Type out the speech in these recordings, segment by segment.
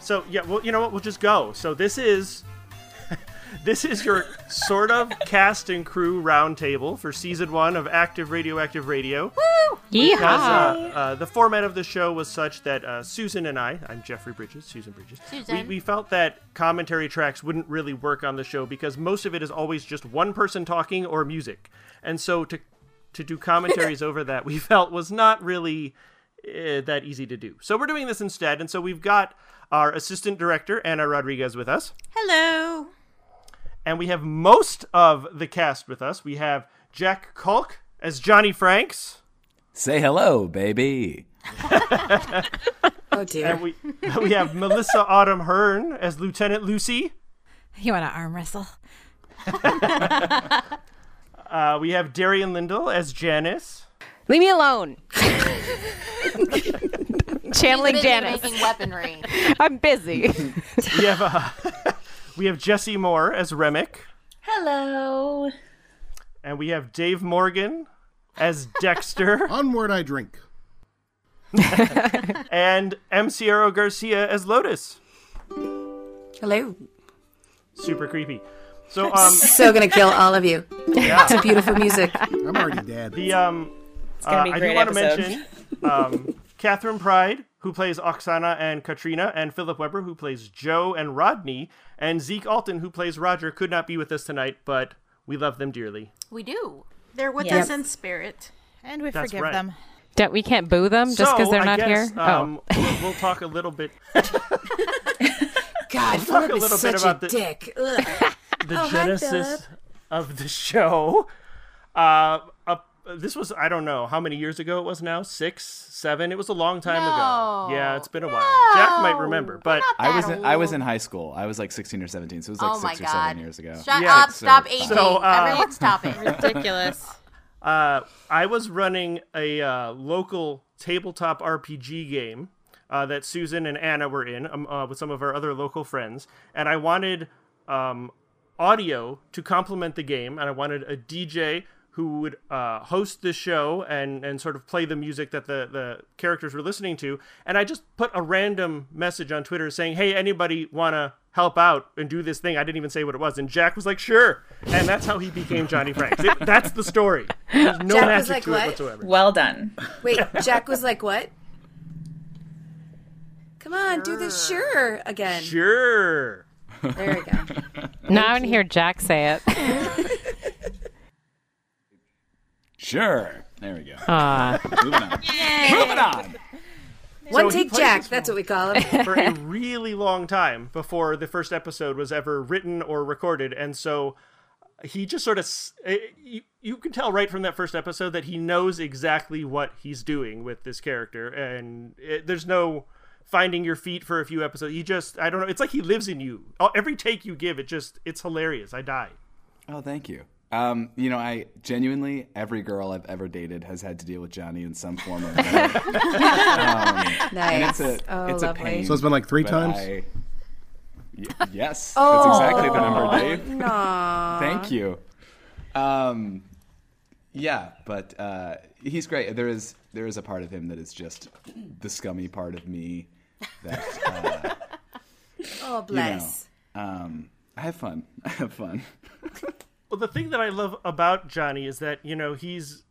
So yeah, well, you know what? We'll just go. So this is this is your sort of cast and crew roundtable for season one of Active Radioactive Radio. Yeehaw. Because, uh, uh, the format of the show was such that uh, Susan and I, I'm Jeffrey Bridges, Susan Bridges, we, Susan. we felt that commentary tracks wouldn't really work on the show because most of it is always just one person talking or music. And so to to do commentaries over that we felt was not really uh, that easy to do. So we're doing this instead. And so we've got our assistant director, Anna Rodriguez, with us. Hello. And we have most of the cast with us. We have Jack Kulk as Johnny Franks. Say hello, baby. Oh dear. And we, we have Melissa Autumn Hearn as Lieutenant Lucy. You want to arm wrestle? Uh, we have Darian Lindell as Janice. Leave me alone. Channeling Busy Janice. Making weaponry. I'm busy. We have, uh, we have Jesse Moore as Remick. Hello. And we have Dave Morgan as Dexter. Onward I drink. and M. Sierra Garcia as Lotus. Hello. Super creepy. So, um, So gonna kill all of you. It's beautiful music. I'm already dead. the, um, gonna be uh, a I do great want to episode. mention um, Catherine Pride, who plays Oksana and Katrina, and Philip Weber, who plays Joe and Rodney, and Zeke Alton, who plays Roger, could not be with us tonight, but we love them dearly. We do. They're with Yep. us in spirit. And we That's forgive right. them. Don't, we can't boo them just because so, they're I not guess, here. Oh. Um, we'll, we'll talk a little bit God, a Philip little is bit such about a the- dick. Ugh. Oh, the hi, Philip. genesis of the show. Uh, up, this was I don't know how many years ago it was now six, seven. It was a long time ago. No. Yeah, it's been a while. Jack might remember, but I was Oh, That in, I was old. in high school. I was like 16 or 17, so it was like Oh six my or god. seven years ago. Shut Yeah. up. Stop So- aging. So, uh, Everyone stop it. Ridiculous. uh, I was running a uh, local tabletop RPG game uh, that Susan and Anna were in um, uh, with some of our other local friends, and I wanted um, audio to complement the game, and I wanted a DJ who would uh, host the show and, and sort of play the music that the, the characters were listening to. And I just put a random message on Twitter saying, hey, anybody want to help out and do this thing? I didn't even say what it was. And Jack was like, sure. And that's how he became Johnny Franks. It- that's the story. There's no Jack was magic like, to it "What?" whatsoever. Well done. Wait, Jack was like, what? Come on, do the sure again. Sure. There we go. oh, now I want to hear Jack say it. Sure. There we go. Aw. Moving on. Moving on. One he take plays Jack, this that's what we call him. for a really long time before the first episode was ever written or recorded and so he just sort of s- eh, you, you can tell right from that first episode that he knows exactly what he's doing with this character and it, there's no finding your feet for a few episodes he just i don't know it's like he lives in you Oh, every take you give it just it's hilarious i die Oh, thank you. Um, you know, I genuinely every girl I've ever dated has had to deal with Johnny in some form or another. Um, It's Nice. a oh, it's a lovely. pain. So it's been like three but times? I- Y- yes, Oh. that's exactly the number, Dave. Thank you. Um, yeah, but uh, he's great. There is there is a part of him that is just the scummy part of me that uh, Oh, you know, bless. um, I have fun. I have fun. Well, the thing that I love about Johnny is that you know he's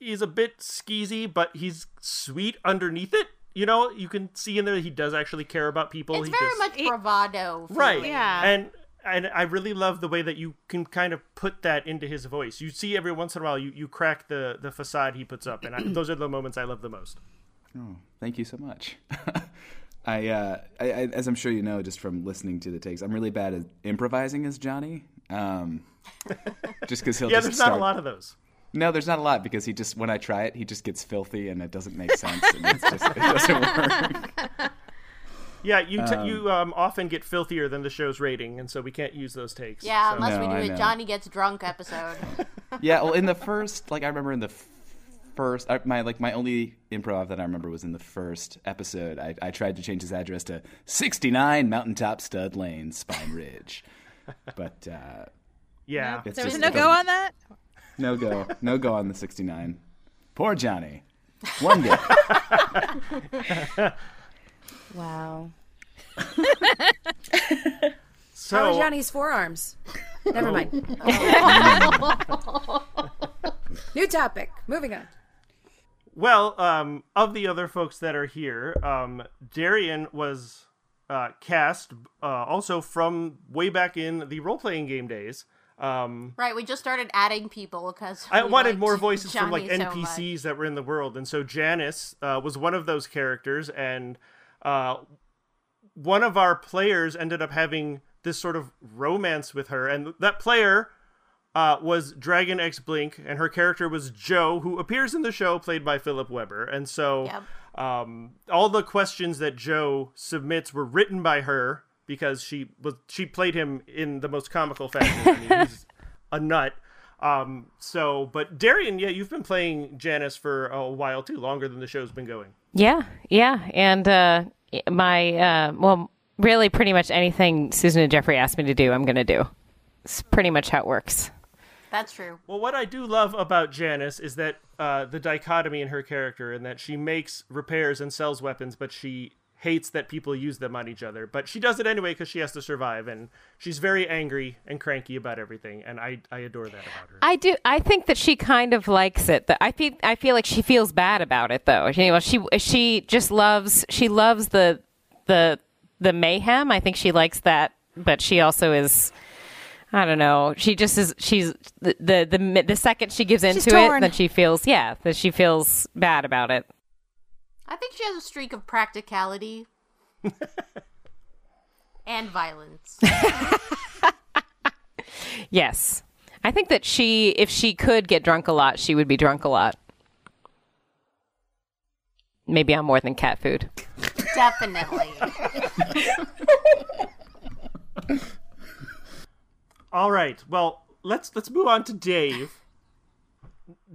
he's a bit skeezy, but he's sweet underneath it. You know, you can see in there that he does actually care about people. It's he very just, much bravado. right, feeling. Yeah. And and I really love the way that you can kind of put that into his voice. You see every once in a while you, you crack the the facade he puts up, and I, those are the moments I love the most. Oh. Thank you so much. I, uh, I, I, as I'm sure you know, just from listening to the takes, I'm really bad at improvising as Johnny. Um, just because he'll Yeah, just there's start. not a lot of those. No, there's not a lot because he just when I try it, he just gets filthy and it doesn't make sense. and it's just, it doesn't work. Yeah, you t- you um, often get filthier than the show's rating, and so we can't use those takes. Yeah, so- unless No, I we do know. a Johnny gets drunk episode. Yeah, well, in the first, like I remember in the f- first, I, my like my only improv that I remember was in the first episode. I, I tried to change his address to 69 Mountaintop Stud Lane, Spine Ridge, but uh, yeah. it's There was just, no it go doesn't- on that? No go. No go on the 69. Poor Johnny. One day. wow. So How are Johnny's forearms? Never mind. New topic. Moving on. Well, um, of the other folks that are here, um, Darian was uh, cast uh, also from way back in the role playing game days. Um, Right, we just started adding people because I wanted more voices from like NPCs that were in the world, and so Janice uh, was one of those characters, and uh, one of our players ended up having this sort of romance with her, and that player uh, was Dragon X Blink, and her character was Joe, who appears in the show, played by Philip Weber, and so um, all the questions that Joe submits were written by her because she was she played him in the most comical fashion. I mean, he's a nut. Um, so, but Darian, yeah, you've been playing Janice for a while too, longer than the show's been going. Yeah, yeah, and uh, my uh, well, really, pretty much anything Susan and Jeffrey asked me to do, I'm going to do. It's pretty much how it works. That's true. Well, what I do love about Janice is that uh, the dichotomy in her character, and that she makes repairs and sells weapons, but she hates that people use them on each other. But she does it anyway because she has to survive, and she's very angry and cranky about everything. And I, I adore that about her. I do. I think that she kind of likes it. That I feel. I feel like she feels bad about it, though. You know, she she just loves. She loves the the the mayhem. I think she likes that, but she also is. I don't know. She just is. She's the the the, mi- the second she gives She's into it, torn. then she feels yeah that she feels bad about it. I think she has a streak of practicality and violence. Yes, I think that she if she could get drunk a lot, she would be drunk a lot. Maybe on more than cat food. Definitely. All right. Well, let's let's move on to Dave.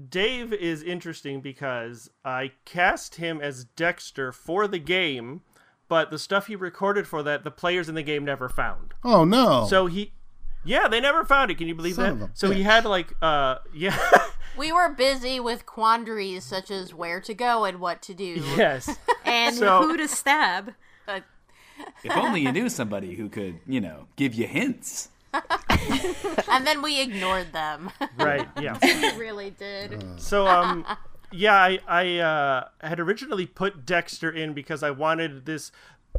Dave is interesting because I cast him as Dexter for the game, but the stuff he recorded for that the players in the game never found. Oh no. So he Yeah, they never found it. Can you believe Son of that? a So he bitch. had like uh yeah. we were busy with quandaries such as where to go and what to do. yes. And So- who to stab. If only you knew somebody who could, you know, give you hints. and then we ignored them. Right, yeah. we really did. So um yeah, I I uh, had originally put Dexter in because I wanted this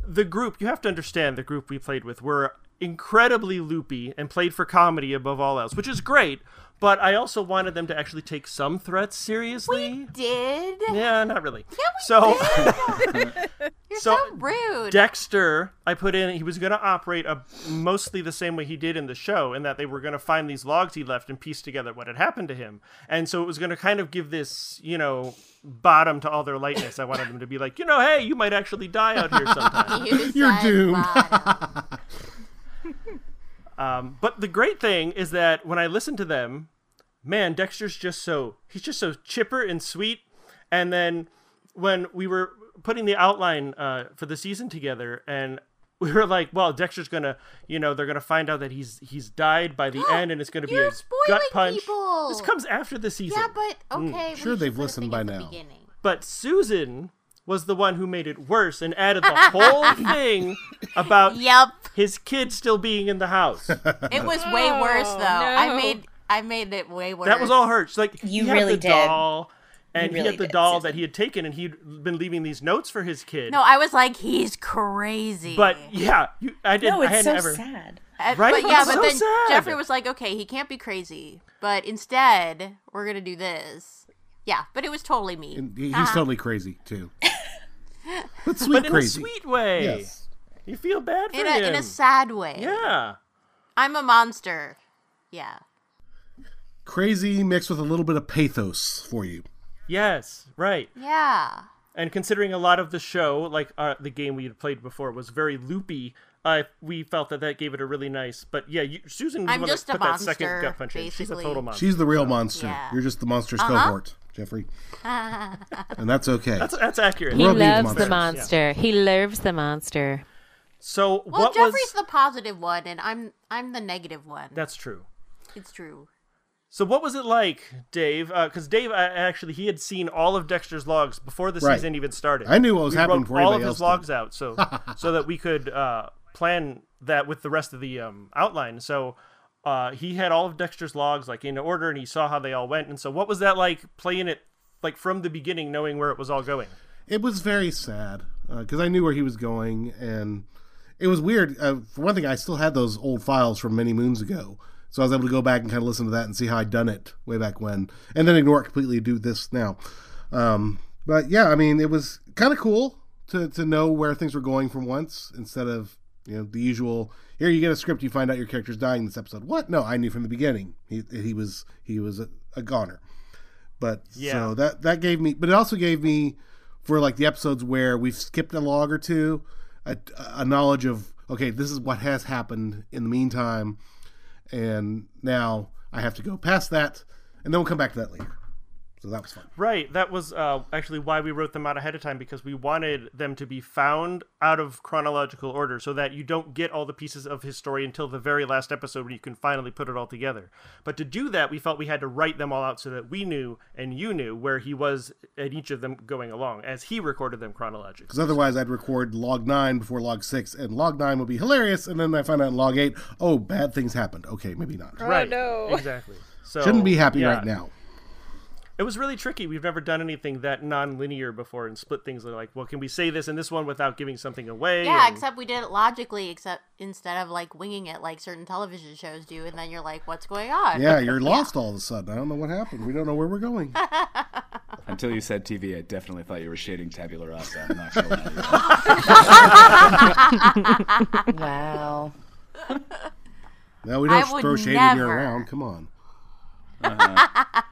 the group, you have to understand the group we played with were incredibly loopy and played for comedy above all else, which is great, but I also wanted them to actually take some threats seriously. Did? Yeah, not really. so You're So, so, rude. Dexter, I put in, he was going to operate a, mostly the same way he did in the show, in that they were going to find these logs he left and piece together what had happened to him. And so it was going to kind of give this, you know, bottom to all their lightness. I wanted them to be like, you know, hey, you might actually die out here sometime. You You're said doomed. bottom. Um, but the great thing is that when I listen to them, man, Dexter's just so he's just so chipper and sweet. And then when we were putting the outline uh, for the season together, and we were like, well, Dexter's gonna, you know, they're gonna find out that he's he's died by the end, and it's gonna be You're a gut spoiling punch. people. This comes after the season. Hmm. yeah, but Mm, okay. we Sure should they've put a listened thing by at the now. beginning. But Susan was the one who made it worse and added the whole thing about Yep. his kid still being in the house. It was way worse though. I no. made I made it way worse. That was all her. She's like, You he had really the did. doll, and You he really had the did, doll that Susan. he had taken, and he'd been leaving these notes for his kid. No, I was like, he's crazy. but yeah, you, I didn't. No, I it's so hadn't ever. sad. Uh, Right? But yeah, It's but so then sad. Jeffrey was like, okay, he can't be crazy, but instead we're gonna do this. Yeah, but it was totally me. And he- Ah. he's totally crazy too. But sweet But in crazy. a sweet way, Yes. you feel bad for in a him. in a sad way. yeah, I'm a monster. Yeah. Crazy mixed with a little bit of pathos for you. yes, right. Yeah. And considering a lot of the show, like uh, the game we had played before, was very loopy. I we felt that that gave it a really nice. But yeah, you, Susan was the I'm one that just a put that second monster, gut punch in. She's a basically. total monster. She's the real monster. Yeah. You're just the monster's cohort, Jeffrey. and that's okay. that's that's accurate. He He Love these loves loves the the monsters, monster. He loves the monster. So Well, what Jeffrey's was? the positive one, and I'm I'm the negative one. That's true. it's true. So what was it like, Dave? Because Dave I, actually he had seen all of Dexter's logs before the Right. season even started. I knew what was we happening wrote before all of anybody his else logs out, so so that we could uh, plan that with the rest of the um, outline. So uh, he had all of Dexter's logs like in order, and he saw how they all went. And so what was that like playing it like from the beginning, knowing where it was all going? It was very sad because I knew where he was going, and it was weird. Uh, for one thing, I still had those old files from many moons ago, so I was able to go back and kind of listen to that and see how I'd done it way back when, and then ignore it completely. Do this now, um, but yeah, I mean, it was kind of cool to to know where things were going from once instead of you know the usual. Here you get a script, you find out your character's dying this episode. What? No, I knew from the beginning. He he was he was a, a goner, but Yeah. so that that gave me, but it also gave me for like the episodes where we've skipped a log or two, a, a knowledge of okay, this is what has happened in the meantime, and now I have to go past that, and then we'll come back to that later. So that was fun. Right. That was uh, actually why we wrote them out ahead of time because we wanted them to be found out of chronological order so that you don't get all the pieces of his story until the very last episode when you can finally put it all together. But to do that, we felt we had to write them all out so that we knew and you knew where he was at each of them going along as he recorded them chronologically. Because otherwise, I'd record log nine before log six, and log nine would be hilarious, and then I find out in log eight, oh, bad things happened. Okay, maybe not. Oh, right. No. Exactly. So Shouldn't be happy yeah. right now. It was really tricky. We've never done anything that non-linear before and split things like, well, can we say this in this one without giving something away? Yeah, And- except we did it logically, except instead of like winging it like certain television shows do, and then you're like, "What's going on?" Yeah, you're lost all of a sudden. I don't know what happened. We don't know where we're going. Until you said TV, I definitely thought you were shading Tabula Rasa. I'm not gonna lie to you. Wow. Now we I don't would throw shade when you're never. around. Come on. Uh-huh.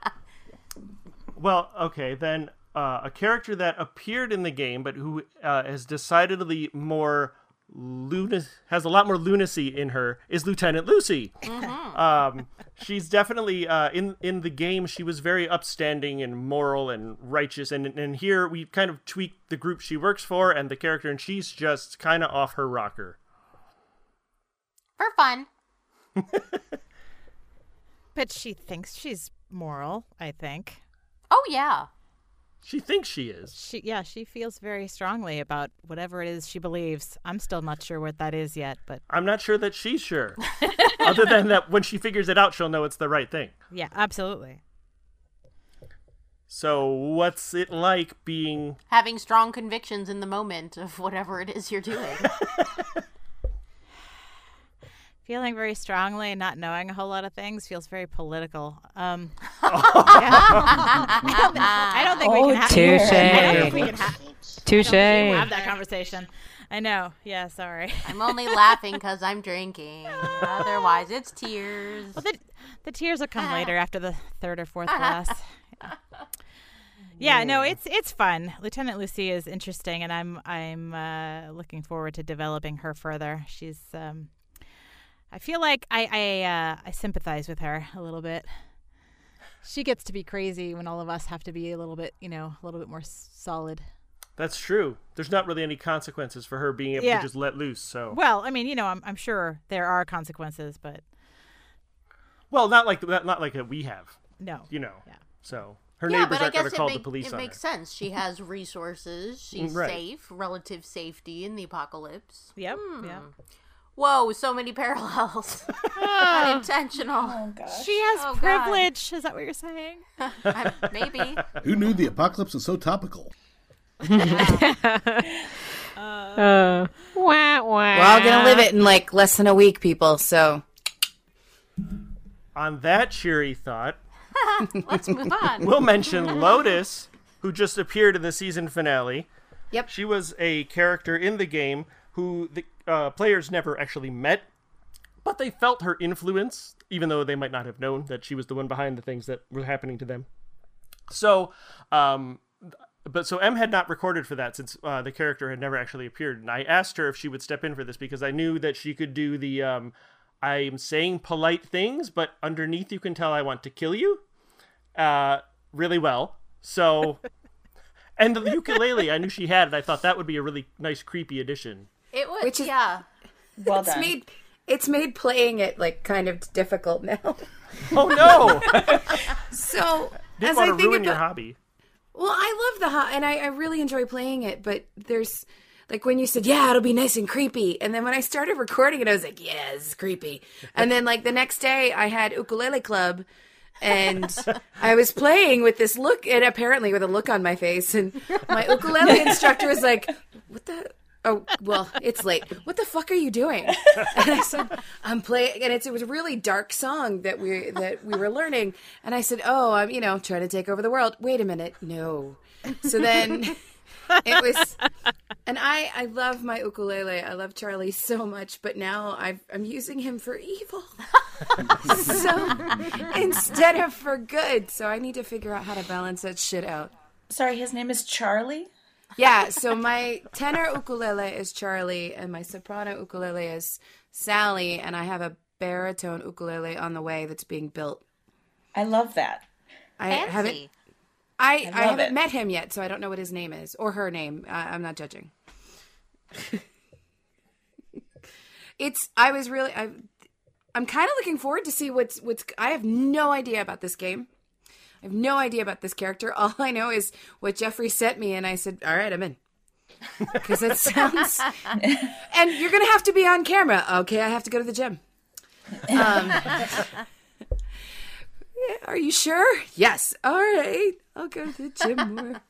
Well, okay, then uh, a character that appeared in the game, but who uh, has decidedly more lunac has a lot more lunacy in her is Lieutenant Lucy. Um, she's definitely uh, in in the game. She was very upstanding and moral and righteous, and and here we kind of tweaked the group she works for and the character, and she's just kind of off her rocker. For fun. But she thinks she's moral, I think. Oh yeah. She thinks she is. She yeah, she feels very strongly about whatever it is she believes. I'm still not sure what that is yet, but I'm not sure that she's sure. Other than that, when she figures it out, she'll know it's the right thing. yeah, absolutely. So, what's it like being Having strong convictions in the moment of whatever it is you're doing. Feeling very strongly and not knowing a whole lot of things feels very political. Um, yeah. I don't think we Oh, can have I don't think we Touche. can ha- we'll have Touche. that conversation. I know. Yeah, sorry. I'm only laughing because I'm drinking. Otherwise, it's tears. Well, the, the tears will come later after the third or fourth glass. Yeah, no, it's it's fun. Lieutenant Lucy is interesting, and I'm I'm uh, looking forward to developing her further. She's um, I feel like I I uh, I sympathize with her a little bit. She gets to be crazy when all of us have to be a little bit, you know, a little bit more s- solid. That's true. There's not really any consequences for her being able Yeah. to just let loose. So, Well, I mean, you know, I'm I'm sure there are consequences, but well, not like that. Not like that we have. no, You know. Yeah. So her Yeah, neighbors but I aren't going guess to it, call make- the police it on makes her. sense. She has resources. She's Right. safe, relative safety in the apocalypse. Hmm. yep, yeah. Whoa, so many parallels. Unintentional. She has Oh, God. privilege. Is that what you're saying? I- Maybe. Who knew the apocalypse was so topical? Wah, wah. We're all gonna live it in like less than a week, people. So On that cheery thought, Let's move on. we'll mention Lotus, who just appeared in the season finale. Yep. She was a character in the game who the uh, players never actually met, but they felt her influence, even though they might not have known that she was the one behind the things that were happening to them. So, um, but so M had not recorded for that since uh, the character had never actually appeared, and I asked her if she would step in for this because I knew that she could do the um, I'm saying polite things, but underneath you can tell I want to kill you uh, really well. So, and the ukulele, I knew she had it. I thought that would be a really nice, creepy addition. It was, Which is- yeah. well It's made it's made playing it like kind of difficult now. Oh no! So Didn't as want I to think ruin about, your hobby. well, I love the hot, and I, I really enjoy playing it. But there's like when you said, "Yeah, it'll be nice and creepy," and then when I started recording it, I was like, "Yeah, this is creepy." And then like the next day, I had ukulele club, and I was playing with this look, and apparently with a look on my face, and my ukulele instructor was like, "What the." Oh well, it's late. What the fuck are you doing? And I said, I'm playing, and it's, it was a really dark song that we that we were learning. And I said, Oh, I'm you know trying to take over the world. Wait a minute, no. So then it was, and I I love my ukulele. I love Charlie so much, but now I've, I'm using him for evil. so instead of for good, so I need to figure out how to balance that shit out. Sorry, his name is Charlie. Yeah, so my tenor ukulele is Charlie and my soprano ukulele is Sally and I have a baritone ukulele on the way that's being built. I love that. I haven't Fancy. I, love I haven't it. met him yet, so I don't know what his name is or her name. I, I'm not judging. it's I was really I I'm kind of looking forward to see what's what's I have no idea about this game. I have no idea about this character. All I know is what Jeffrey sent me and I said, "All right, I'm in." Cuz it sounds And you're going to have to be on camera. Okay, I have to go to the gym. Um are you sure? Yes. All right. I'll go to the gym more.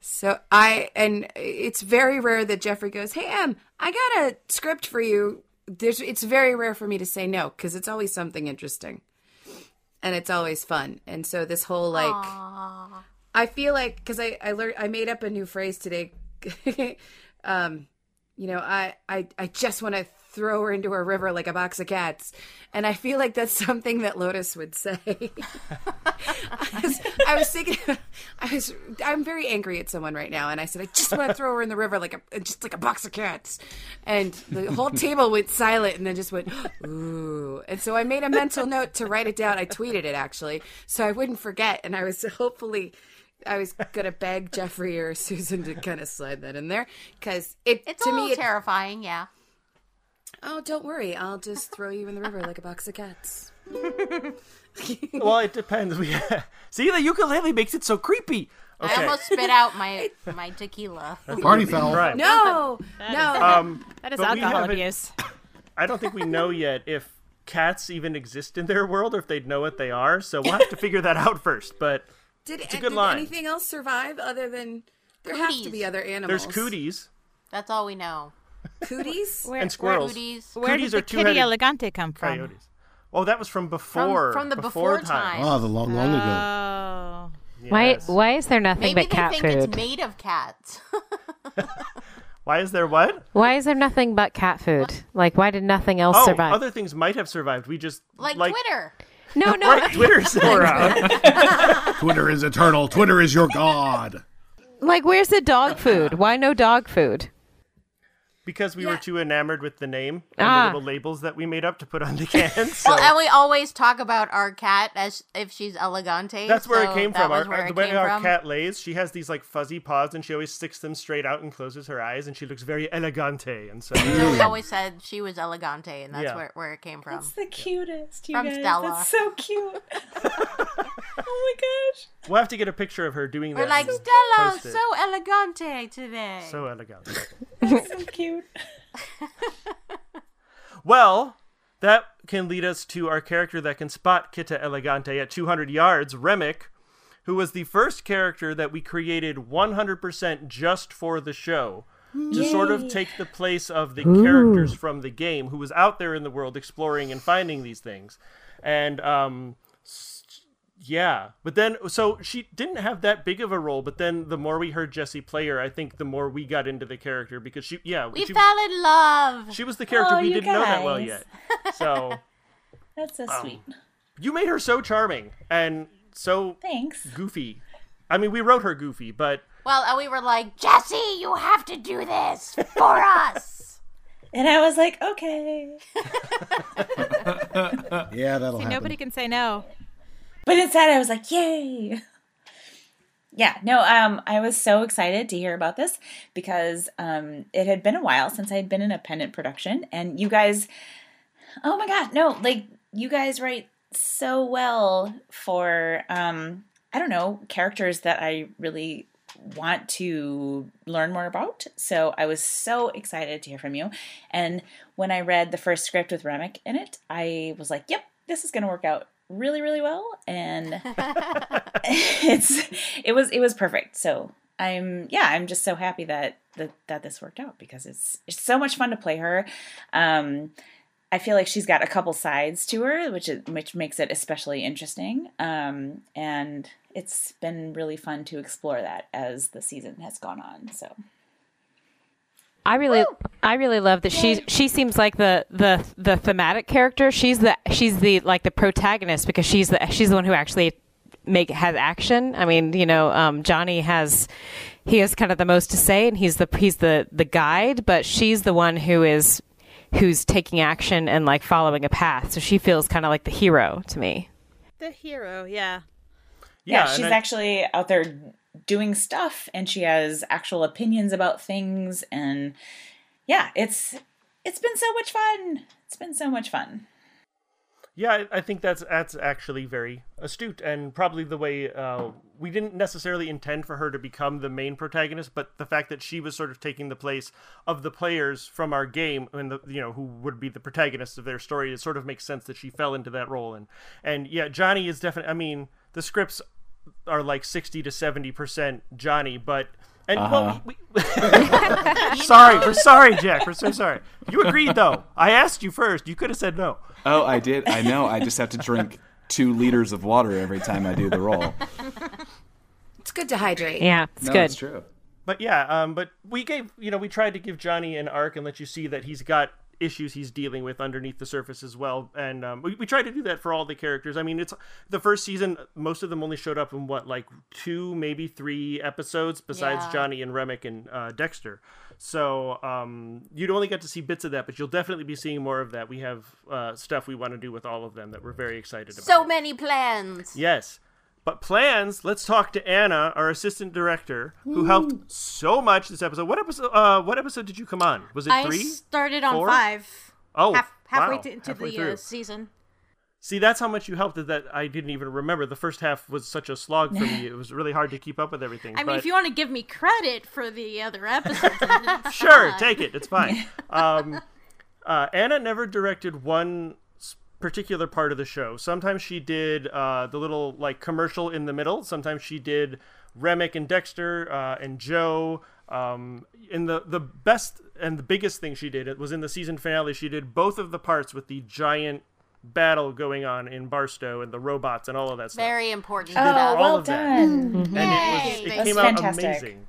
so I and it's very rare that Jeffrey goes, "Hey, Em, I got a script for you." There's, it's very rare for me to say no because it's always something interesting, and it's always fun. And so this whole like, I feel like because I I learned I made up a new phrase today. um, you know, I I I just want to throw her into a river like a box of cats, and I feel like that's something that Lotus would say. I was- I was thinking, I was, I'm very angry at someone right now, and I said, I just want to throw her in the river like a, just like a box of cats, and the whole table went silent, and then just went, ooh, and so I made a mental note to write it down. I tweeted it actually, so I wouldn't forget, and I was hopefully. I was gonna beg Jeffrey or Susan to kind of slide that in there because it It's to a little me it- terrifying, yeah. oh don't worry I'll just throw you in the river like a box of cats Well, it depends. We see the ukulele makes it so creepy. Okay. I almost spit out my my tequila. Party foul. Right. no no Um, Oh, That is But we alcohol haven't- abuse. I don't think we know yet if cats even exist in their world or if they'd know what they are. So we'll have to figure that out first. But Did, a good did line. anything else survive other than there have to Cooties. be other animals? there's cooties That's all we know. Cooties? and squirrels. Cooties. Where cooties did are the kitty two-headed elegante come from? coyotes. Oh, that was from before. from the before time. Ah, the long, long ago. Oh, Why? Yes. Why is there nothing Maybe but they cat think food? it's made of cats. Why is there what? Why is there nothing but cat food? Like, why did nothing else Oh, survive? other things might have survived. We just like, Twitter. No, no. Right, Twitter's still around. Twitter is eternal. Twitter is your god. Like, where's the dog food? Why no dog food? because we were too enamored with the name and Ah. the little labels that we made up to put on the cans. So Well, and we always talk about our cat as if she's elegante. that's where so it came that from. was Our, uh, where the it way came our from. cat lays, she has these like fuzzy paws, and she always sticks them straight out and closes her eyes, and she looks very elegante. And so So we always said she was elegante, and that's Mm. Yeah. where, where it came from. It's the cutest, you From guys. Stella. That's so cute. oh my we'll have to get a picture of her doing We're that. like, and Stella, post it. so elegante today. so elegante. gosh, that's so cute. Well, that can lead us to our character that can spot Kita Elegante at 200 yards, Remick, who was the first character that we created 100% just for the show to sort of take the place of the characters from the game who was out there in the world exploring and finding these things. And um s- yeah, but then so she didn't have that big of a role, but then the more we heard Jessie play her, I think the more we got into the character because she yeah, we she, fell in love. she was the character Oh, we you didn't know that well guys. yet. Um, So That's so sweet. you made her so charming and so Thanks. goofy. I mean, we wrote her goofy, but Well, and we were like, Jesse, you have to do this for us. And I was like, okay. Yeah, that'll See, happen. nobody can say no. But inside, I was like, yay. Yeah, no, um, I was so excited to hear about this because um, it had been a while since I had been in a pennant production. And you guys, oh my God, no, like, you guys write so well for um, I don't know characters that I really want to learn more about. So I was so excited to hear from you. And when I read the first script with Remick in it, I was like, "Yep, this is going to work out really, really well." And it's it was it was perfect. So I'm yeah, I'm just so happy that that, that this worked out because it's it's so much fun to play her. Um, I feel like she's got a couple sides to her, which is which makes it especially interesting. Um, and it's been really fun to explore that as the season has gone on. So I really, I really love that she she seems like the the the thematic character. She's the she's the like the protagonist because she's the she's the one who actually make has action. I mean, you know, um, Johnny has he has kind of the most to say, and he's the he's the the guide, but she's the one who is who's taking action and like following a path. So she feels kind of like the hero to me. The hero, yeah. yeah, and she's I- actually out there doing stuff and she has actual opinions about things and yeah, it's it's been so much fun. It's been so much fun. Yeah, I I think that's that's actually very astute and probably the way uh, we didn't necessarily intend for her to become the main protagonist, but the fact that she was sort of taking the place of the players from our game and the you know who would be the protagonists of their story, it sort of makes sense that she fell into that role and and yeah, Johnny is definitely. I mean, the scripts are like sixty to seventy percent Johnny, but. And Uh-huh. well, we, we- sorry, we're sorry, Jack. We're so sorry. You agreed, though. I asked you first. You could have said no. Oh, I did. I know. I just have to drink two liters of water every time I do the roll. It's good to hydrate. Yeah, it's no, good. That's true. But yeah, um, but we gave you know we tried to give Johnny an arc and let you see that he's got issues he's dealing with underneath the surface as well, and um, we, we tried to do that for all the characters. I mean, it's the first season; most of them only showed up in what like two, maybe three episodes, besides Yeah. Johnny and Remick and uh, Dexter. So um, you'd only get to see bits of that, but you'll definitely be seeing more of that. We have uh, stuff we want to do with all of them that we're very excited about. So many plans. Yes. But plans, let's talk to Anna, our assistant director, who helped so much this episode. What episode uh what episode did you come on? Was it I 3? started on Four? five. Oh, half, halfway wow. to, into Halfway the through. uh, season. See, that's how much you helped that I didn't even remember. The first half was such a slog for me. It was really hard to keep up with everything. I mean, but... if you want to give me credit for the other episodes, then it's sure, fine. take it. It's fine. Um, uh, Anna never directed one s- particular part of the show. Sometimes she did uh, the little like commercial in the middle. Sometimes she did Remick and Dexter uh, and Joe. Um, in the the best and the biggest thing she did it was in the season finale. She did both of the parts with the giant battle going on in Barstow and the robots and all of that stuff. Very important Oh, stuff. well of that. Mm-hmm. and it, was, done. Yay! it That's came fantastic. out amazing.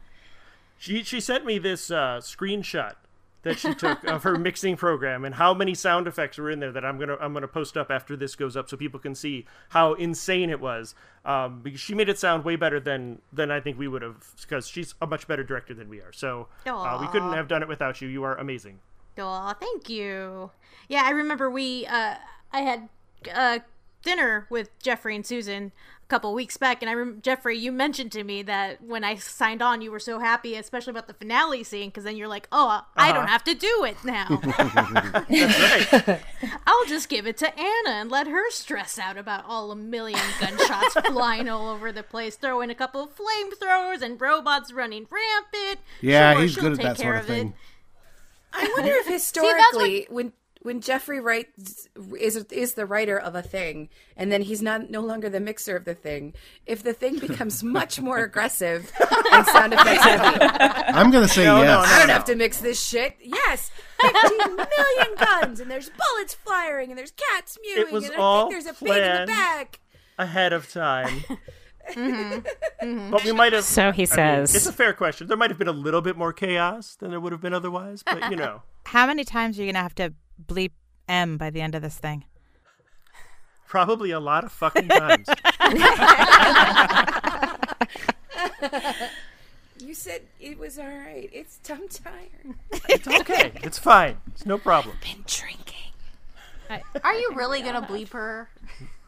She she sent me this uh, screenshot that she took of her mixing program and how many sound effects were in there that I'm gonna I'm gonna post up after this goes up so people can see how insane it was. Um, because she made it sound way better than than I think we would have because she's a much better director than we are. So uh, we couldn't Aw. have done it without you. You are amazing. Aw, thank you. Yeah, I remember we, uh, I had uh, dinner with Jeffrey and Susan a couple weeks back, and I rem- Jeffrey, you mentioned to me that when I signed on, you were so happy, especially about the finale scene, because then you're like, oh, I Uh-huh. don't have to do it now. That's right. I'll just give it to Anna and let her stress out about all a million gunshots flying all over the place. Throw in a couple of flamethrowers and robots running rampant. Yeah, Sure, he's she'll good at take that care sort of thing. It. I wonder if historically, when when Jeffrey writes is is the writer of a thing, and then he's not no longer the mixer of the thing. If the thing becomes much more aggressive and sound effects heavy, I'm gonna say No, no, yes. no. I don't have to mix this shit. Yes, fifteen million guns, and there's bullets firing, and there's cats mewing, was and all I think there's a pig in planned. the back. Ahead of time. But we might have. So I he mean, says. it's a fair question. There might have been a little bit more chaos than there would have been otherwise, but you know. How many times are you gonna have to bleep M by the end of this thing? Probably a lot of fucking times. You said it was all right. It's I'm tired. it's okay. It's fine. It's no problem. Been drinking. Are you really going to bleep her?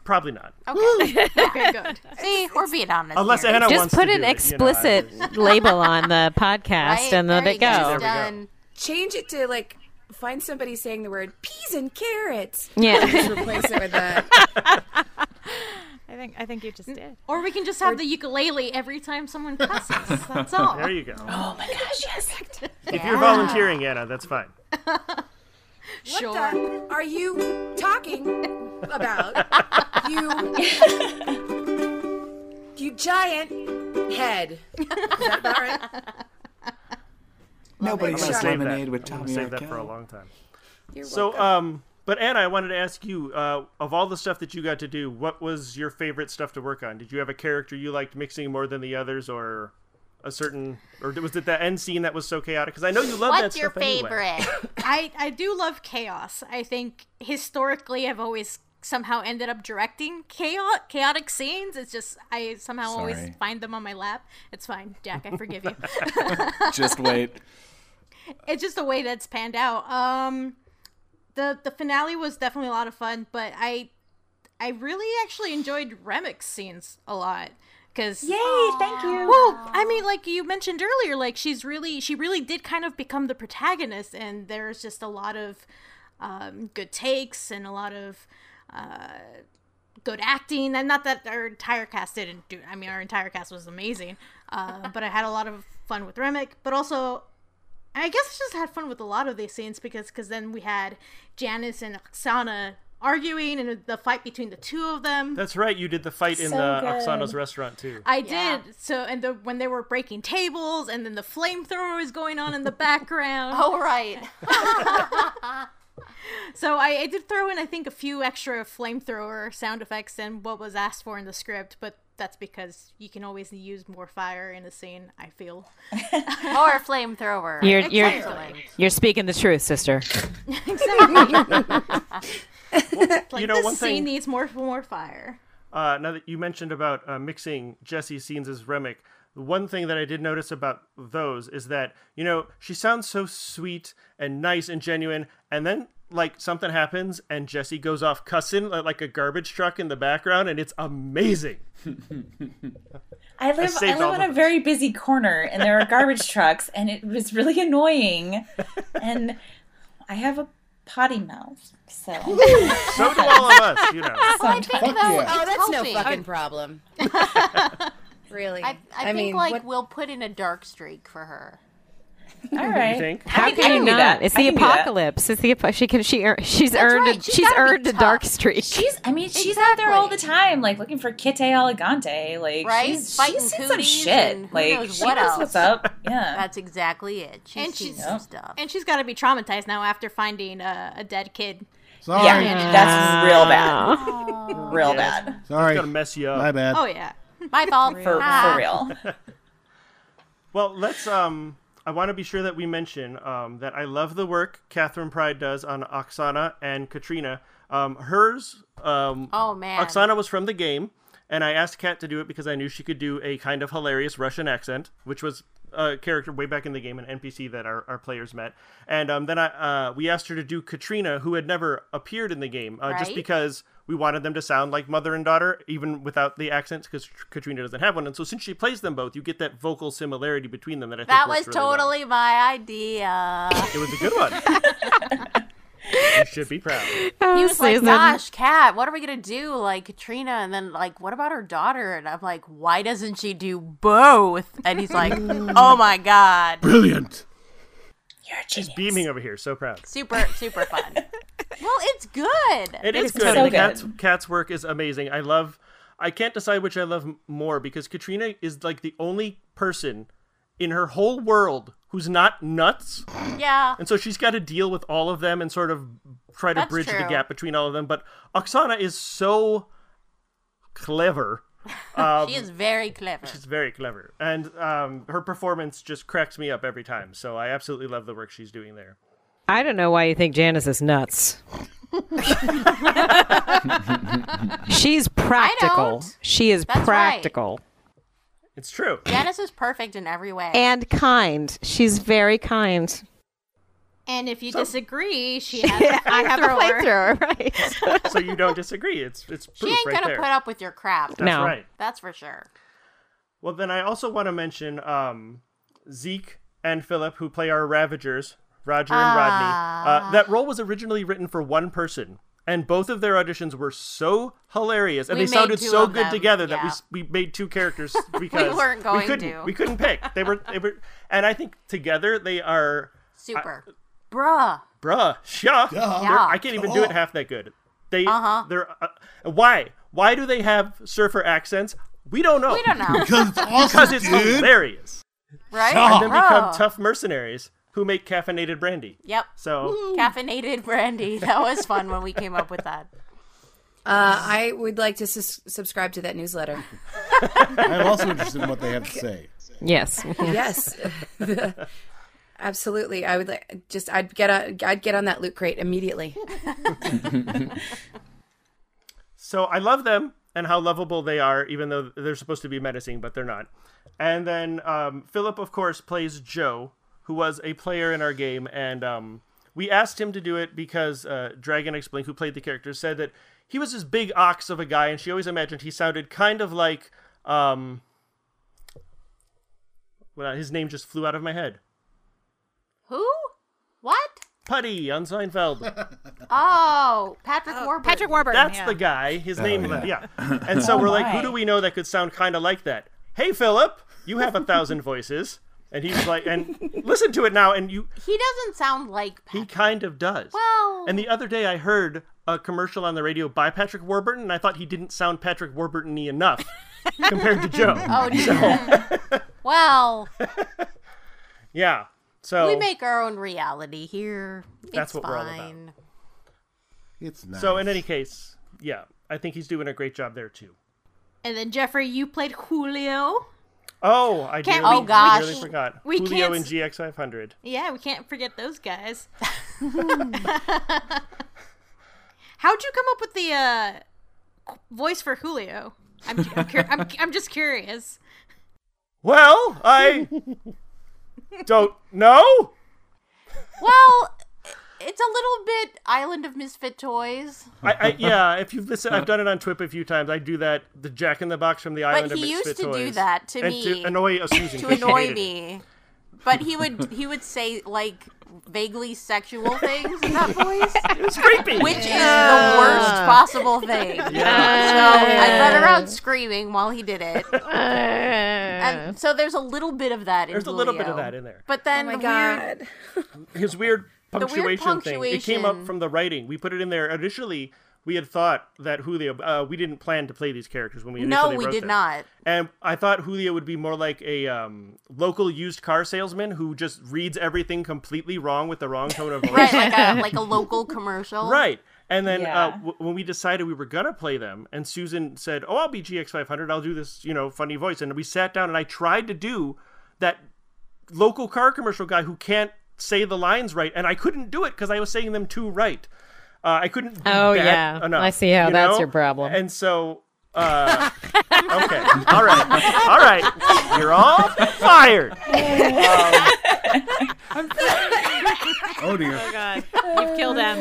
Probably not. Okay, good. See, we're being honest. Unless here. Anna Just wants put to an do it, you know, explicit label on the podcast Right? and let There it you go. Done. Change it to like find somebody saying the word peas and carrots. Yeah. And just replace it with that. I think I think you just did. Or we can just have the ukulele every time someone cusses. That's all. There you go. Oh my gosh, yes. If you're volunteering, Anna, that's fine. What the are you talking about? You, you giant head. Is that about right? Nobody I'm gonna likes save that. lemonade with I'm gonna Tommy save that for a Arkell. long time. You're So, welcome. um, but Anna, I wanted to ask you, uh, of all the stuff that you got to do, what was your favorite stuff to work on? Did you have a character you liked mixing more than the others, or a certain, or was it the end scene that was so chaotic? Because I know you love that What's your stuff anyway. favorite? I, I do love chaos. I think historically I've always somehow ended up directing chaos, chaotic scenes. It's just I somehow Sorry. always find them on my lap. It's fine, Jack. I forgive you. Just wait. it's just the way that's panned out. Um, the the finale was definitely a lot of fun, but I I really actually enjoyed Remix scenes a lot because Yay, thank you. well, I mean, like you mentioned earlier, like she's really, she really did kind of become the protagonist, and there's just a lot of um, good takes and a lot of uh, good acting. And not that our entire cast didn't do. I mean, our entire cast was amazing, uh, but I had a lot of fun with Remick. But also, I guess I just had fun with a lot of these scenes because because then we had Janice and Oksana arguing and the fight between the two of them. That's right. You did the fight in So the good. Oksana's restaurant too. I did. So and the when they were breaking tables and then the flamethrower was going on in the background. Oh, right. So I, I did throw in I think a few extra flamethrower sound effects than what was asked for in the script, but that's because you can always use more fire in a scene, I feel. or a flamethrower. You're- you're- Excellent. You're speaking the truth, sister. Like you know, this one scene thing- needs more more fire. Uh, now that you mentioned about uh, mixing Jesse's scenes as Remick, the one thing that I did notice about those is that you know she sounds so sweet and nice and genuine, and then like something happens and Jesse goes off cussing li- like a garbage truck in the background, and it's amazing. I live I, saved all live the on a best. very busy corner and there are garbage trucks and it was really annoying. And I have a potty mouth. So So do all of us, you know. Well, I think Fuck though, yeah. it's Oh, that's no healthy. fucking problem. really? I, I, think mean, like what- we'll put in a dark streak for her. all right. You think? How I can you can do not? that. It's I the can do that. apocalypse. It's the apo- she can she ear- she's earned right. a, She's she's gotta be earned a dark tough. streak. She's I mean, she's out there all the time, like looking for Kite Elegante. Like Right? she's, Fighting she's seen some cooties shit. and who like knows she what knows else. what's up. Yeah. That's exactly it. She's And seen she's- some stuff. And she's got to be traumatized now after finding uh, a dead kid. Sorry, yeah. That's real bad. Real bad. It's sorry, gonna mess you up. my bad. Oh yeah. My fault. For, Ah. for real. Well, let's. Um, I want to be sure that we mention um, that I love the work Catherine Pride does on Oksana and Katrina. Um, hers. Um, Oh, man. Oksana was from the game, and I asked Kat to do it because I knew she could do a kind of hilarious Russian accent, which was a character way back in the game, an NPC that our, our players met. And um, then I uh, we asked her to do Katrina, who had never appeared in the game, uh, just Right. because we wanted them to sound like mother and daughter, even without the accents, because Katrina doesn't have one. And so since she plays them both, you get that vocal similarity between them that I think That works was really well. totally my idea. It was a good one. you should be proud. He was like, Oh, Susan. "Gosh, Kat, what are we gonna do?" Like Katrina, and then like, "What about her daughter?" And I'm like, "Why doesn't she do both?" And he's like, "Oh my god, Brilliant. You're a genius. Beaming over here, so proud. super, super fun." well, it's good. It is is good. so And Cat's, good. Cat's work is amazing. I love. I can't decide which I love m- more because Katrina is like the only person in her whole world who's not nuts, yeah, and so she's got to deal with all of them and sort of try to That's bridge the true. gap between all of them. But Oksana is so clever. Um, she is very clever. She's very clever, and um, her performance just cracks me up every time. So I absolutely love the work she's doing there. I don't know why you think Janice is nuts. she's practical. don't. She is That's right. practical It's true. Janice is perfect in every way. and kind. She's very kind. And if you disagree, she has a I have a flamethrower. playthrough, right? so you don't disagree. It's it's she proof ain't right gonna there. put up with your crap. That's No. right. That's for sure. Well, then I also want to mention um, Zeke and Philip, who play our Ravagers, Roger and Ah. Rodney. Uh, that role was originally written for one person, and both of their auditions were so hilarious, and We they made sounded two so of good them, together that we yeah. s- we made two characters because weren't going couldn't to. we couldn't pick. They were they were, and I think together they are Super. Bruh. bruh, yeah, Yeah. Oh. They're- I can't even do it Cool. half that good. They, Uh-huh. they're uh, why? Why do they have surfer accents? We don't know. We don't know. because it's awesome, dude. hilarious, Right? And then become Bruh. tough mercenaries who make caffeinated brandy. Yep. So Caffeinated brandy. That was fun when we came up with that. Uh, I would like to sus- subscribe to that newsletter. I'm also interested in what they have to say. Yes. yes. Absolutely. I would like just I'd get on I'd get on that loot crate immediately. so I love them and how lovable they are, even though they're supposed to be menacing, but they're not. And then um, Philip, of course, plays Joe, who was a player in our game, and um, we asked him to do it because uh, Dragon X Blink, who played the character, said that he was this big ox of a guy, and she always imagined he sounded kind of like. Um, well, his name just flew out of my head. Who? What? Putty on Seinfeld. Oh, Patrick Warburton. Patrick Warburton. That's yeah. the guy. His Oh, name, yeah. yeah. And so Oh, we're like, who my. do we know that could sound kind of like that? Hey, Philip, you have a thousand voices. And he's like, and listen to it now, and you, He doesn't sound like. he kind of does. Well. And the other day, I heard a commercial on the radio by Patrick Warburton, and I thought he didn't sound Patrick Warburton-y enough compared to Joe. Oh, dear. well, Yeah. So we make our own reality here. That's it's what we're all about. fine. It's so in any case, yeah, I think he's doing a great job there too. And then Jeffrey, you played Julio. Oh, I Can't nearly, we- gosh. I nearly forgot. We Julio can't in s- GX 500. Yeah, we can't forget those guys. How'd you come up with the uh, qu- voice for Julio? I'm I'm, cur- I'm I'm just curious. Well, I don't know. Well, it's a little bit Island of Misfit Toys. I, I yeah, if you've listened, I've done it on Twip a few times. I do that. The Jack in the Box from the Island of he used Misfit to do Toys. that to and me. to annoy uh, Susan. to 'cause she annoy hated it. me. But he would he would say like vaguely sexual things in that voice. It was creepy. Which Yeah. is the worst possible thing. So I Yeah. run around screaming while he did it. and so there's a little bit of that in There's a little bit of Julio. that in there. But then Oh my the weird- His weird weird punctuation, thing. It came up punctuation. from the writing. We put it in there initially. We had thought that Julio. Uh, we didn't plan to play these characters when we No, initially we wrote did them. not. And I thought Julio would be more like a um, local used car salesman who just reads everything completely wrong with the wrong tone of voice. Right, like a like a local commercial. Right. And then uh, Yeah. w- when we decided we were going to play them, and Susan said, Oh, I'll be GX500. I'll do this, you know, funny voice. And we sat down and I tried to do that local car commercial guy who can't say the lines right. And I couldn't do it because I was saying them too right. Uh, I couldn't. do Oh, that yeah. Enough, I see how you that's know? your problem. And so. Uh, okay. All right. All right. You're all fired. Oh dear. Oh god, you've killed him.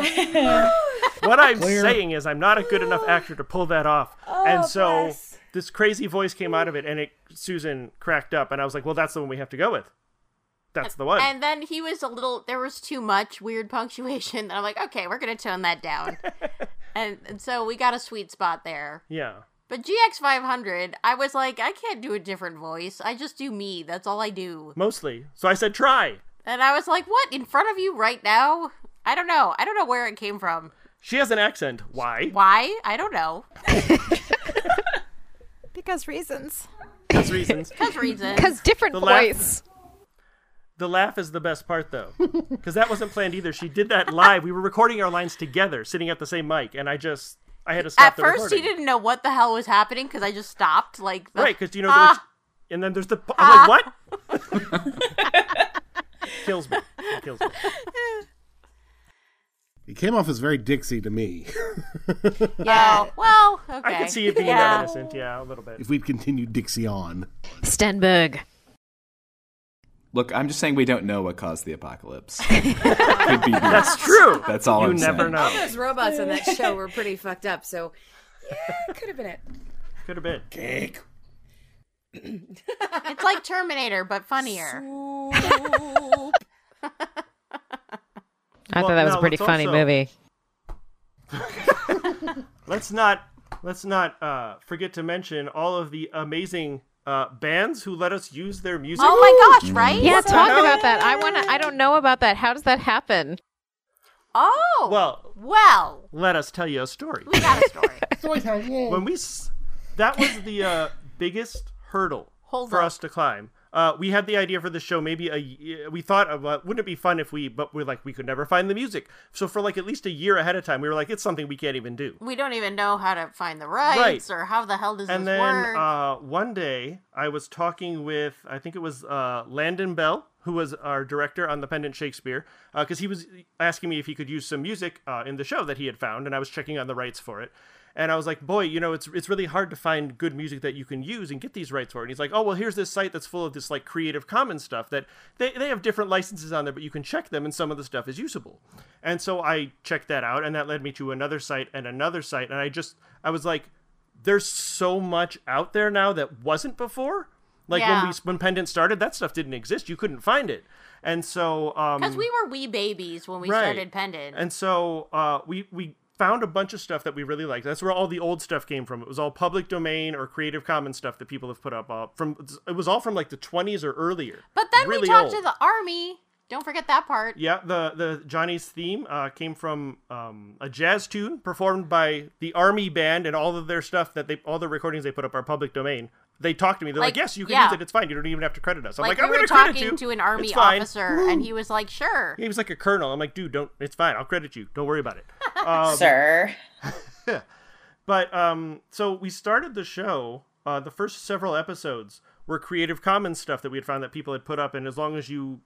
what I'm Clear. saying is I'm not a good enough actor to pull that off. Oh, and so this crazy voice came out of it and it Susan cracked up and I was like, "Well, that's the one we have to go with." That's the one. And then he was a little. There was too much weird punctuation. And I'm like, okay, we're gonna tone that down. and, and so we got a sweet spot there. yeah. But GX500, I was like, I can't do a different voice. I just do me. That's all I do. Mostly. So I said, "Try." And I was like, what? In front of you right now? I don't know. I don't know where it came from. She has an accent. Why? Why? I don't know. because reasons. That's reasons. That's reason. different The laugh- The laugh is the best part though. Cuz that wasn't planned either. She did that live. We were recording our lines together, sitting at the same mic, and I just I had to stop At the first, recording. he didn't know what the hell was happening because I just stopped. Like, the- Right, because you know, Ah! the, and then there's the. I'm like, what? kills me. It kills me. It came off as very Dixie to me. yeah. well, okay. I can see it being Yeah. reminiscent, yeah, a little bit. If we'd continued Dixie on. Stenberg. Look, I'm just saying we don't know what caused the apocalypse. Could be That's beasts. true. That's all You I'm never saying. know. All those robots on that show were pretty fucked up, so yeah, it could have been it. Could have been. Cake. It's like Terminator, but funnier. I thought Well, that was no, a pretty let's funny also- movie. let's not let's not uh, forget to mention all of the amazing uh, bands who let us use their music. Oh my Mm. gosh, right? Yeah, What's talk that? about that. I want to. I don't know about that. How does that happen? Oh. Well, well. let us tell you a story. We got a story. story time. When we s- that was the uh, biggest hurdle Hold for up. us to climb. Uh, we had the idea for the show maybe a y- we thought of uh, wouldn't it be fun if we but we're like we could never find the music so for like at least a year ahead of time we were like it's something we can't even do We don't even know how to find the rights or how the hell does and then this work. Uh, one day i was talking with i think it was uh, landon bell who was our director on the pendant shakespeare because he was asking me if he could use some music uh, in the show that he had found and i was checking on the rights for it and i was like boy you know it's, it's really hard to find good music that you can use and get these rights for and he's like oh well here's this site that's full of this like creative commons stuff that they, they have different licenses on there but you can check them and some of the stuff is usable and so i checked that out and that led me to another site and another site and i just i was like there's so much out there now that wasn't before. Like Yeah. when we when Pendant started, that stuff didn't exist. You couldn't find it, and so um, Because we were wee babies when we right. started Pendant. and so uh, we we found a bunch of stuff that we really liked. That's where all the old stuff came from. It was all public domain or Creative Commons stuff that people have put up. Uh, from it was all from like the 20s or earlier. but then really we talked old. to the army. Don't forget that part. Yeah, the the Johnny's theme uh, came from um, a jazz tune performed by the Army Band, and all of their stuff that they all the recordings they put up are public domain. They talked to me. They're like, Like, "Yes, you can yeah. use it. It's fine. You don't even have to credit us." I'm like, we "I'm going were to credit talking you." to an army It's fine." officer, and he was like, "Sure." He was like a colonel. I'm like, "Dude, don't. It's fine. I'll credit you. Don't worry about it, Sir. Um, But um, so we started the show. Uh, the first several episodes were Creative Commons stuff that we had found that people had put up, and as long as you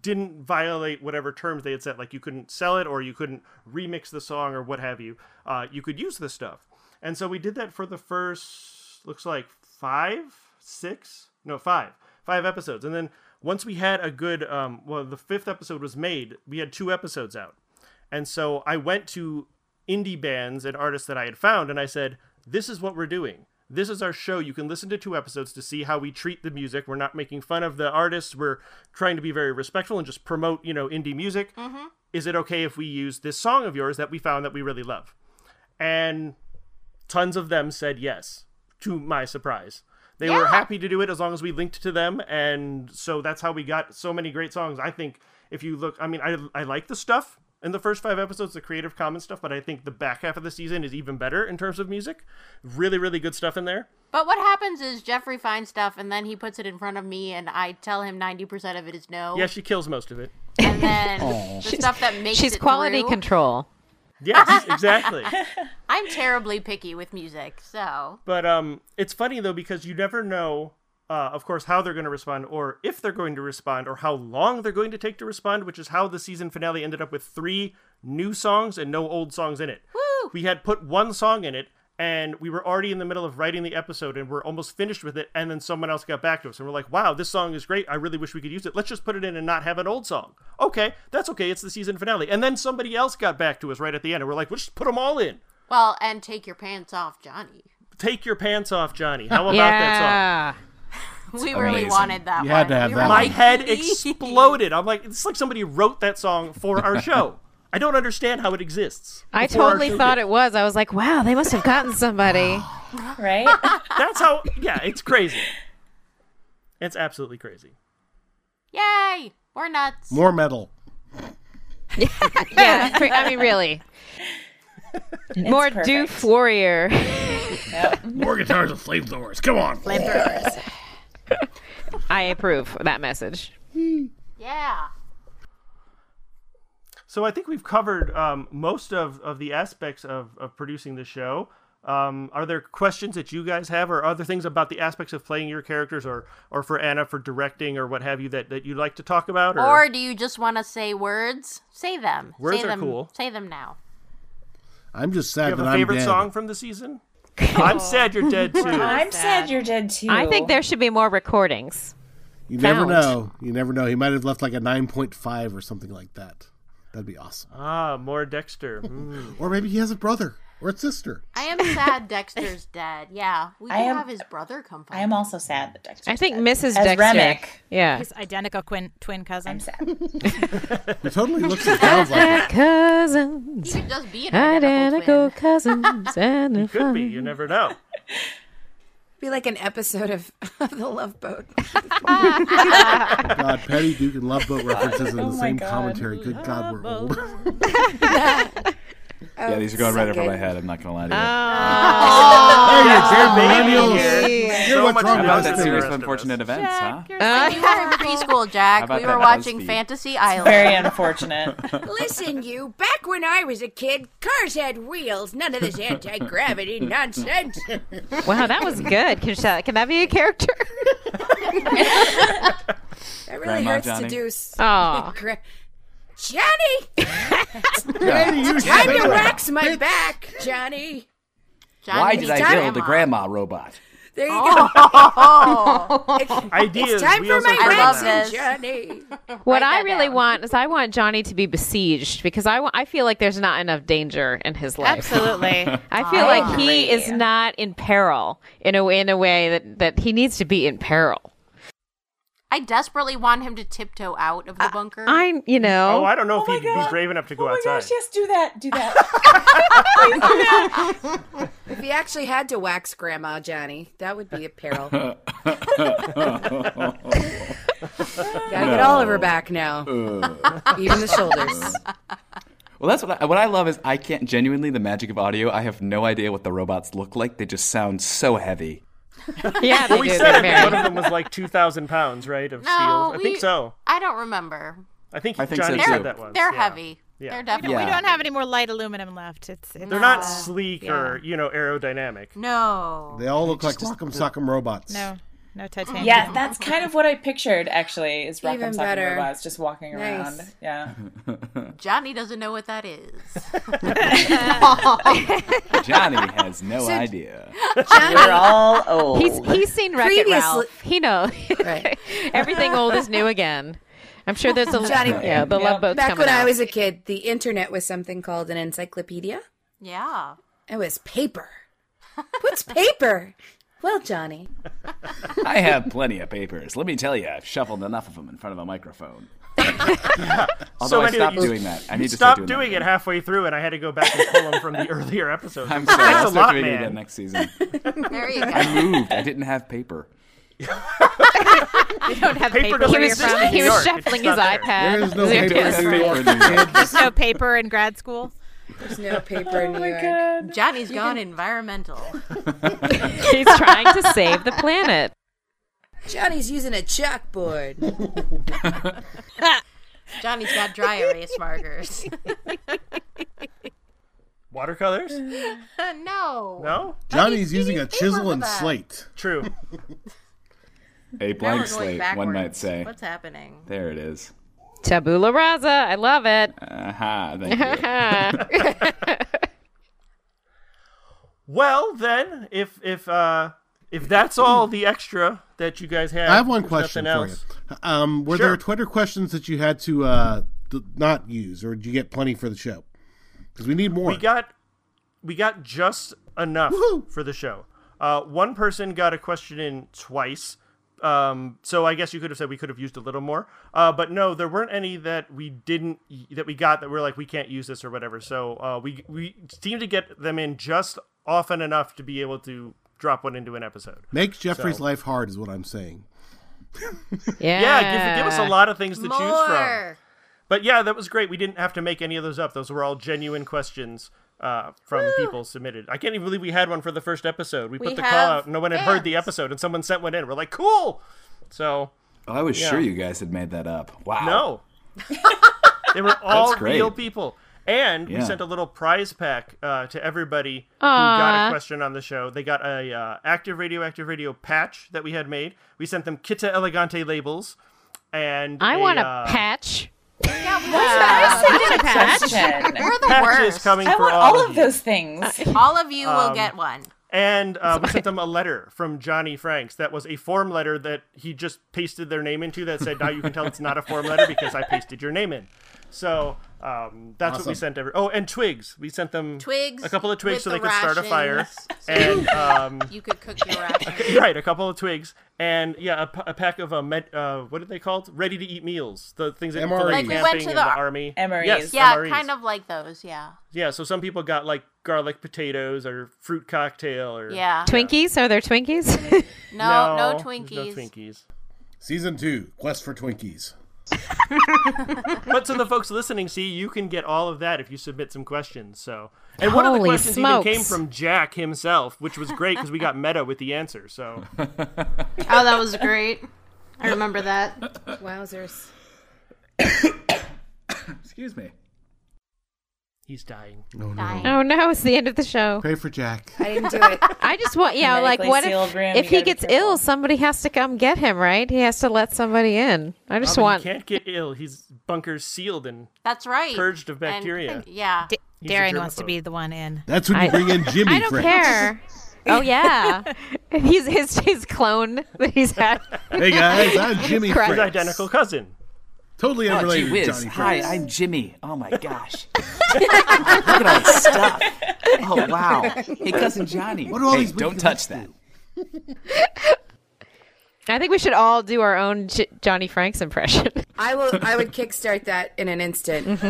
didn't violate whatever terms they had set, like you couldn't sell it or you couldn't remix the song or what have you, uh, you could use this stuff. And so we did that for the first, looks like five, six, no, five, five episodes. And then once we had a good, um, well, the fifth episode was made, we had two episodes out. And so I went to indie bands and artists that I had found and I said, This is what we're doing. This is our show. You can listen to two episodes to see how we treat the music. We're not making fun of the artists. We're trying to be very respectful and just promote, you know, indie music. Is it okay if we use this song of yours that we found that we really love? And tons of them said yes, to my surprise. They were Yeah. happy to do it as long as we linked to them. And so that's how we got so many great songs. I think if you look, I mean, I, I like the stuff in the first five episodes, the Creative Commons stuff, but I think the back half of the season is even better in terms of music. Really, really good stuff in there. But what happens is Jeffrey finds stuff, and then he puts it in front of me, and I tell him ninety percent of it is no. Yeah, she kills most of it. and then Aw. the stuff that makes She's it quality through- control. Yes, exactly. I'm terribly picky with music, so But um, it's funny though because you never know, uh, of course, how they're going to respond, or if they're going to respond, or how long they're going to take to respond. Which is how the season finale ended up with three new songs and no old songs in it. Woo! We had put one song in it, and we were already in the middle of writing the episode, and we're almost finished with it. And then someone else got back to us, and we're like, "Wow, this song is great. I really wish we could use it. Let's just put it in and not have an old song." Okay, that's okay. It's the season finale. And then somebody else got back to us right at the end, and we're like, "We'll just put them all in." well, and take your pants off, Johnny. Take your pants off, Johnny. How about Yeah. that song? we really amazing. wanted that You one. had to have We that were My like, head exploded. I'm like, it's like somebody wrote that song for our show. I don't understand how it exists. I totally thought it was. I was like, wow, they must have gotten somebody. right? That's how. Yeah, it's crazy. It's absolutely crazy. Yay! We're nuts. More metal. yeah, pre- I mean, really. More perfect. Doof Warrior. More guitars and flamethrowers. Come on. Flamethrowers. I approve that message. Yeah. So I think we've covered um, most of, of the aspects of, of producing the show. Um, are there questions that you guys have, or other things about the aspects of playing your characters, or or for Anna for directing, or what have you that, that you'd like to talk about? Or do you just want to say words? Say them. Words say are them, cool. Say them now. I'm just do sad you have that a I'm favorite dead. song from the season? I'm sad you're dead too. I'm sad you're dead too. I think there should be more recordings. You Found. never know. You never know. He might have left like a 9.5 or something like that. That'd be awesome. Ah, more Dexter. Mm. Or maybe he has a brother. or its sister. I am sad Dexter's dead. Yeah, we I can am- have his brother come find. I am also sad that Dexter. I think dead. Mrs. As Dexter. Remick. Yeah. His identical quin- twin cousin. I'm sad. It totally looks and sounds like it. cousins. You could just be an identical, cousins. and you Could be. You never know. Be like an episode of, of The Love Boat. God, Petty Duke and Love Boat references in the Oh my same God. commentary. Good God, we're old. yeah, these are going right over my head. I'm not gonna lie to you. You're what's wrong How with about us that and the series rest of of unfortunate events, huh? we were in preschool, Jack. How about We were that watching BuzzFeed? Fantasy It's Island. very unfortunate. Listen, you, back when I was a kid, cars had wheels. None of this anti gravity nonsense. Wow, that was good. Can, sh- can that be a character? That really Grandma hurts Johnny. to do. s- Aw. Gra- Johnny! Johnny, you it's time to Johnny. wax my back, Johnny. Why did It's I time- build a grandma robot? There you go. it's, Ideas, it's time for wheels my are burning. waxing, Johnny. What I really want is I want Johnny to be besieged because I wa- I feel like there's not enough danger in his life. Absolutely. I feel like he is not in peril in a in a way that, that he needs to be in peril. I desperately want him to tiptoe out of the bunker. I'm, you know. Oh, I don't know if he'd be brave enough to go outside. yes, do that. Do that. If he actually had to wax Grandma Johnny, that would be a peril. Gotta get all of her back now, even the shoulders. Well, that's what I, what I love is I can't genuinely the magic of audio. I have no idea what the robots look like. They just sound so heavy. Yeah, well, we said it. One of them was like two thousand pounds, right? Of No, steel. I think we- so. I don't remember. I think, I think Johnny so, said too. that once. They're yeah. heavy. Yeah. They're We definitely. don't, we Yeah. don't have any more light aluminum left. It's, it's They're not uh, sleek yeah. or you know aerodynamic. No. They all look like Rock'em Sock'em robots. No, no titanium. Yeah, that's kind of what I pictured actually is Even Rock'em better. Sock'em Robots just walking Nice. around. Yeah. Johnny doesn't know what that is. Johnny has no So- idea. We're all old. He's he's seen Wreck It Previously- Ralph. He knows. Everything old is new again. I'm sure there's a Johnny- yeah, the love boat's Back coming when I out. was a kid, the internet was something called an encyclopedia. yeah. It was paper. What's paper? Well, Johnny. I have plenty of papers. Let me tell you, I've shuffled enough of them in front of a microphone. Although I many that stopped you- doing that. I you need to stop stopped doing, doing that. it halfway through, and I had to go back and pull them from the earlier episodes. I'm sorry. Thanks I'll a start lot, doing man. it next season. There you go. I moved. I didn't have paper. I don't have Paper paper. doesn't He was, exist in he New was York. It's shuffling his just not iPad. There is no Zero paper to- in New York. There's no paper in grad school. There's no paper in New York. Johnny's gone environmental. He's trying to save the planet. Johnny's using a chalkboard. Johnny's got dry erase markers. Watercolors? no. No. Johnny's using a paper chisel for and that. slate. True. A Now we're blank going slate, one backwards. might say. What's happening? There it is. Tabula rasa. I love it. Aha, thank you. Well, then, if if uh if that's all the extra that you guys have, I have one there's question nothing for you. else. Um, were Sure. there Twitter questions that you had to uh, d- not use, or did you get plenty for the show? Because we need more. We got we got just enough for the show. Uh, one person got a question in twice. Um, so I guess you could have said we could have used a little more. Uh, but no, there weren't any that we didn't that we got that we're like we can't use this or whatever. So uh, we we seem to get them in just often enough to be able to drop one into an episode. Make Jeffrey's So- life hard, is what I'm saying. Yeah. Yeah, give, give us a lot of things to choose from. More. But yeah, that was great. We didn't have to make any of those up. Those were all genuine questions uh, from people submitted. I can't even believe we had one for the first episode. We, We put the call have out, no one had heard the fans. episode, and someone sent one in. We're like, cool. So Oh, I was Yeah. sure you guys had made that up. Wow. no, they were all That's great. real people. And Yeah. we sent a little prize pack uh, to everybody who Aw. got a question on the show. They got a uh, active radioactive radio patch that we had made. We sent them Kita Elegante labels, and I a, want a uh, patch. We're the patches worst. coming I for want all, all of you. those things. All of you Um, will get one. And uh, we sent them a letter from Johnny Franks that was a form letter that he just pasted their name into that said, now you can tell it's not a form letter because I pasted your name in. So Um, that's what we Awesome. sent every. Oh, and twigs. We sent them Twigs a couple of with twigs so they the could start a fire. rations. And um, you could cook your rations. right, a couple of twigs, and yeah, a, p- a pack of uh, med, uh, what are they called? Ready to eat meals, the things that you put, E. Like like we E camping went to the, and the army. Yes, yeah, MREs. kind of like those. Yeah. Yeah, so some people got like garlic potatoes or fruit cocktail or Yeah. Twinkies? Are there Twinkies? No, no, there's Twinkies. Twinkies. Season two, Quest for Twinkies. but to the folks listening, see, you can get all of that if you submit some questions. So, and one of the Holy questions smokes. even came from Jack himself, which was great because we got meta with the answer. So, Oh, that was great. I remember that. Wowzers. Excuse me. He's dying. Oh no. Oh no, it's the end of the show. Pray for Jack. I didn't do it. I just want yeah, like Medically what if, sealed room, if you he gotta be gets ill, somebody has to come get him, right? He has to let somebody in. I just Robin, want He can't get ill. He's bunkers sealed and That's right. purged of And- bacteria. yeah. He's a Darren wants to germaphobe. be the one in. That's when you I- bring in Jimmy. I don't Fritz. care. Oh yeah, he's his his clone that he's had. Hey guys, I'm Jimmy. Correct. Fritz. His identical cousin. Totally Oh, gee unrelated. to whiz. Johnny Hi, Fritz. I'm Jimmy. Oh my gosh. Look at all this stuff. Oh wow. Hey, cousin Johnny. What do all hey, these weird don't people touch that. I think we should all do our own J- Johnny Franks impression. I will. I would kickstart that in an instant.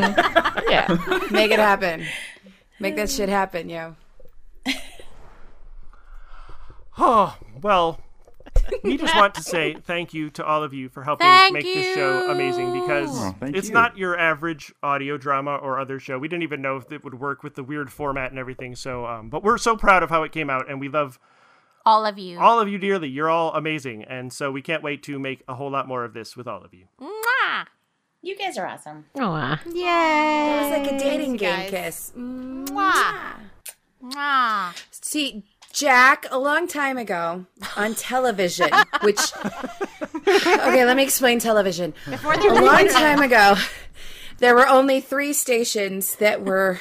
yeah, Make it happen. Make that shit happen, yo. Oh, well, we just want to say thank you to all of you for helping Thank make this show amazing because Oh, thank it's you. not your average audio drama or other show. We didn't even know if it would work with the weird format and everything. So, um, but we're so proud of how it came out and we love All of you. all of you dearly. You're all amazing. And so we can't wait to make a whole lot more of this with all of you. Mwah! You guys are awesome. Aw. It Yay. was like a dating guys. game kiss. Mwah. Mwah. Ah. See, Jack, a long time ago on television, which okay, let me explain television. a long time ago, there were only three stations that were.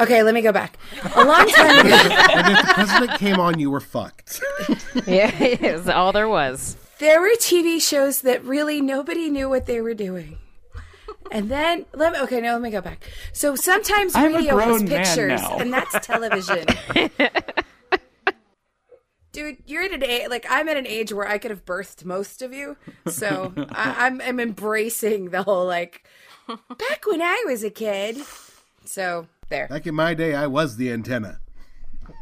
Okay, let me go back. A long time ago, And if the president came on, you were fucked. yeah, it was all there was. there were TV shows that really nobody knew what they were doing. And then let me okay, no, let me go back. So sometimes I'm a radio has grown man pictures, now. and that's television. Dude, you're at an age like I'm at an age where I could have birthed most of you, so I, I'm I'm embracing the whole like back when I was a kid. So there, Back in my day, I was the antenna.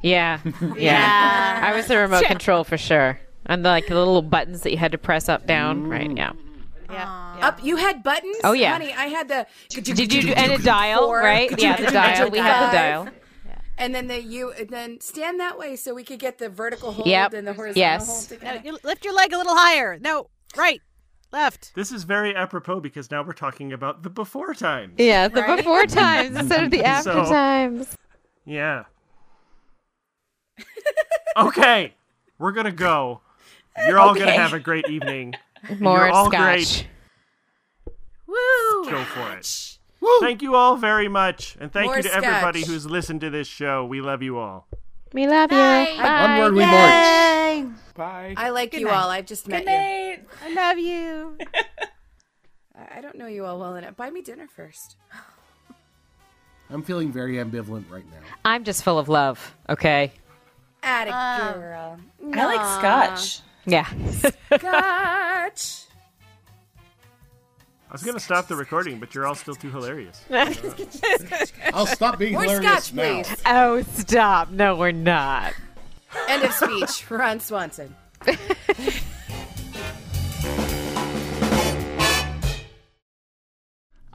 Yeah, yeah. I was the remote control for sure, and the, like the little buttons that you had to press up, down, right? Yeah. up you had buttons. Oh, yeah. honey, I had the Did you do and a dial, Four. right? Yeah, the dial. We had the Dial. dial. and then the you and then stand that way so we could get the vertical hold Yep. and the horizontal Yes. hold together. No, you lift your leg a little higher. No, right, left. This is very apropos because now we're talking about the before times. Yeah, the before times instead of the after So- times. Yeah. okay, we're gonna go. You're all gonna Okay. have a great evening. And More You're all scotch. great. Go for it. Thank you all very much, and thank More you to everybody scotch. who's listened to this show. We love you all. We love you. Bye. Bye. Onward we march. Bye. I like you all. I've just met you. Night. I love you. I I don't know you all well enough. Buy me dinner first. I'm feeling very ambivalent right now. I'm just full of love. Okay. Atta girl. Uh, I like scotch. Yeah. Gotch. I was gonna stop the recording, but you're all still too hilarious. I'll stop being More hilarious scotch, now. please. oh, stop. No, we're not. End of speech. Ron Swanson.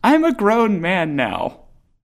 I'm a grown man now.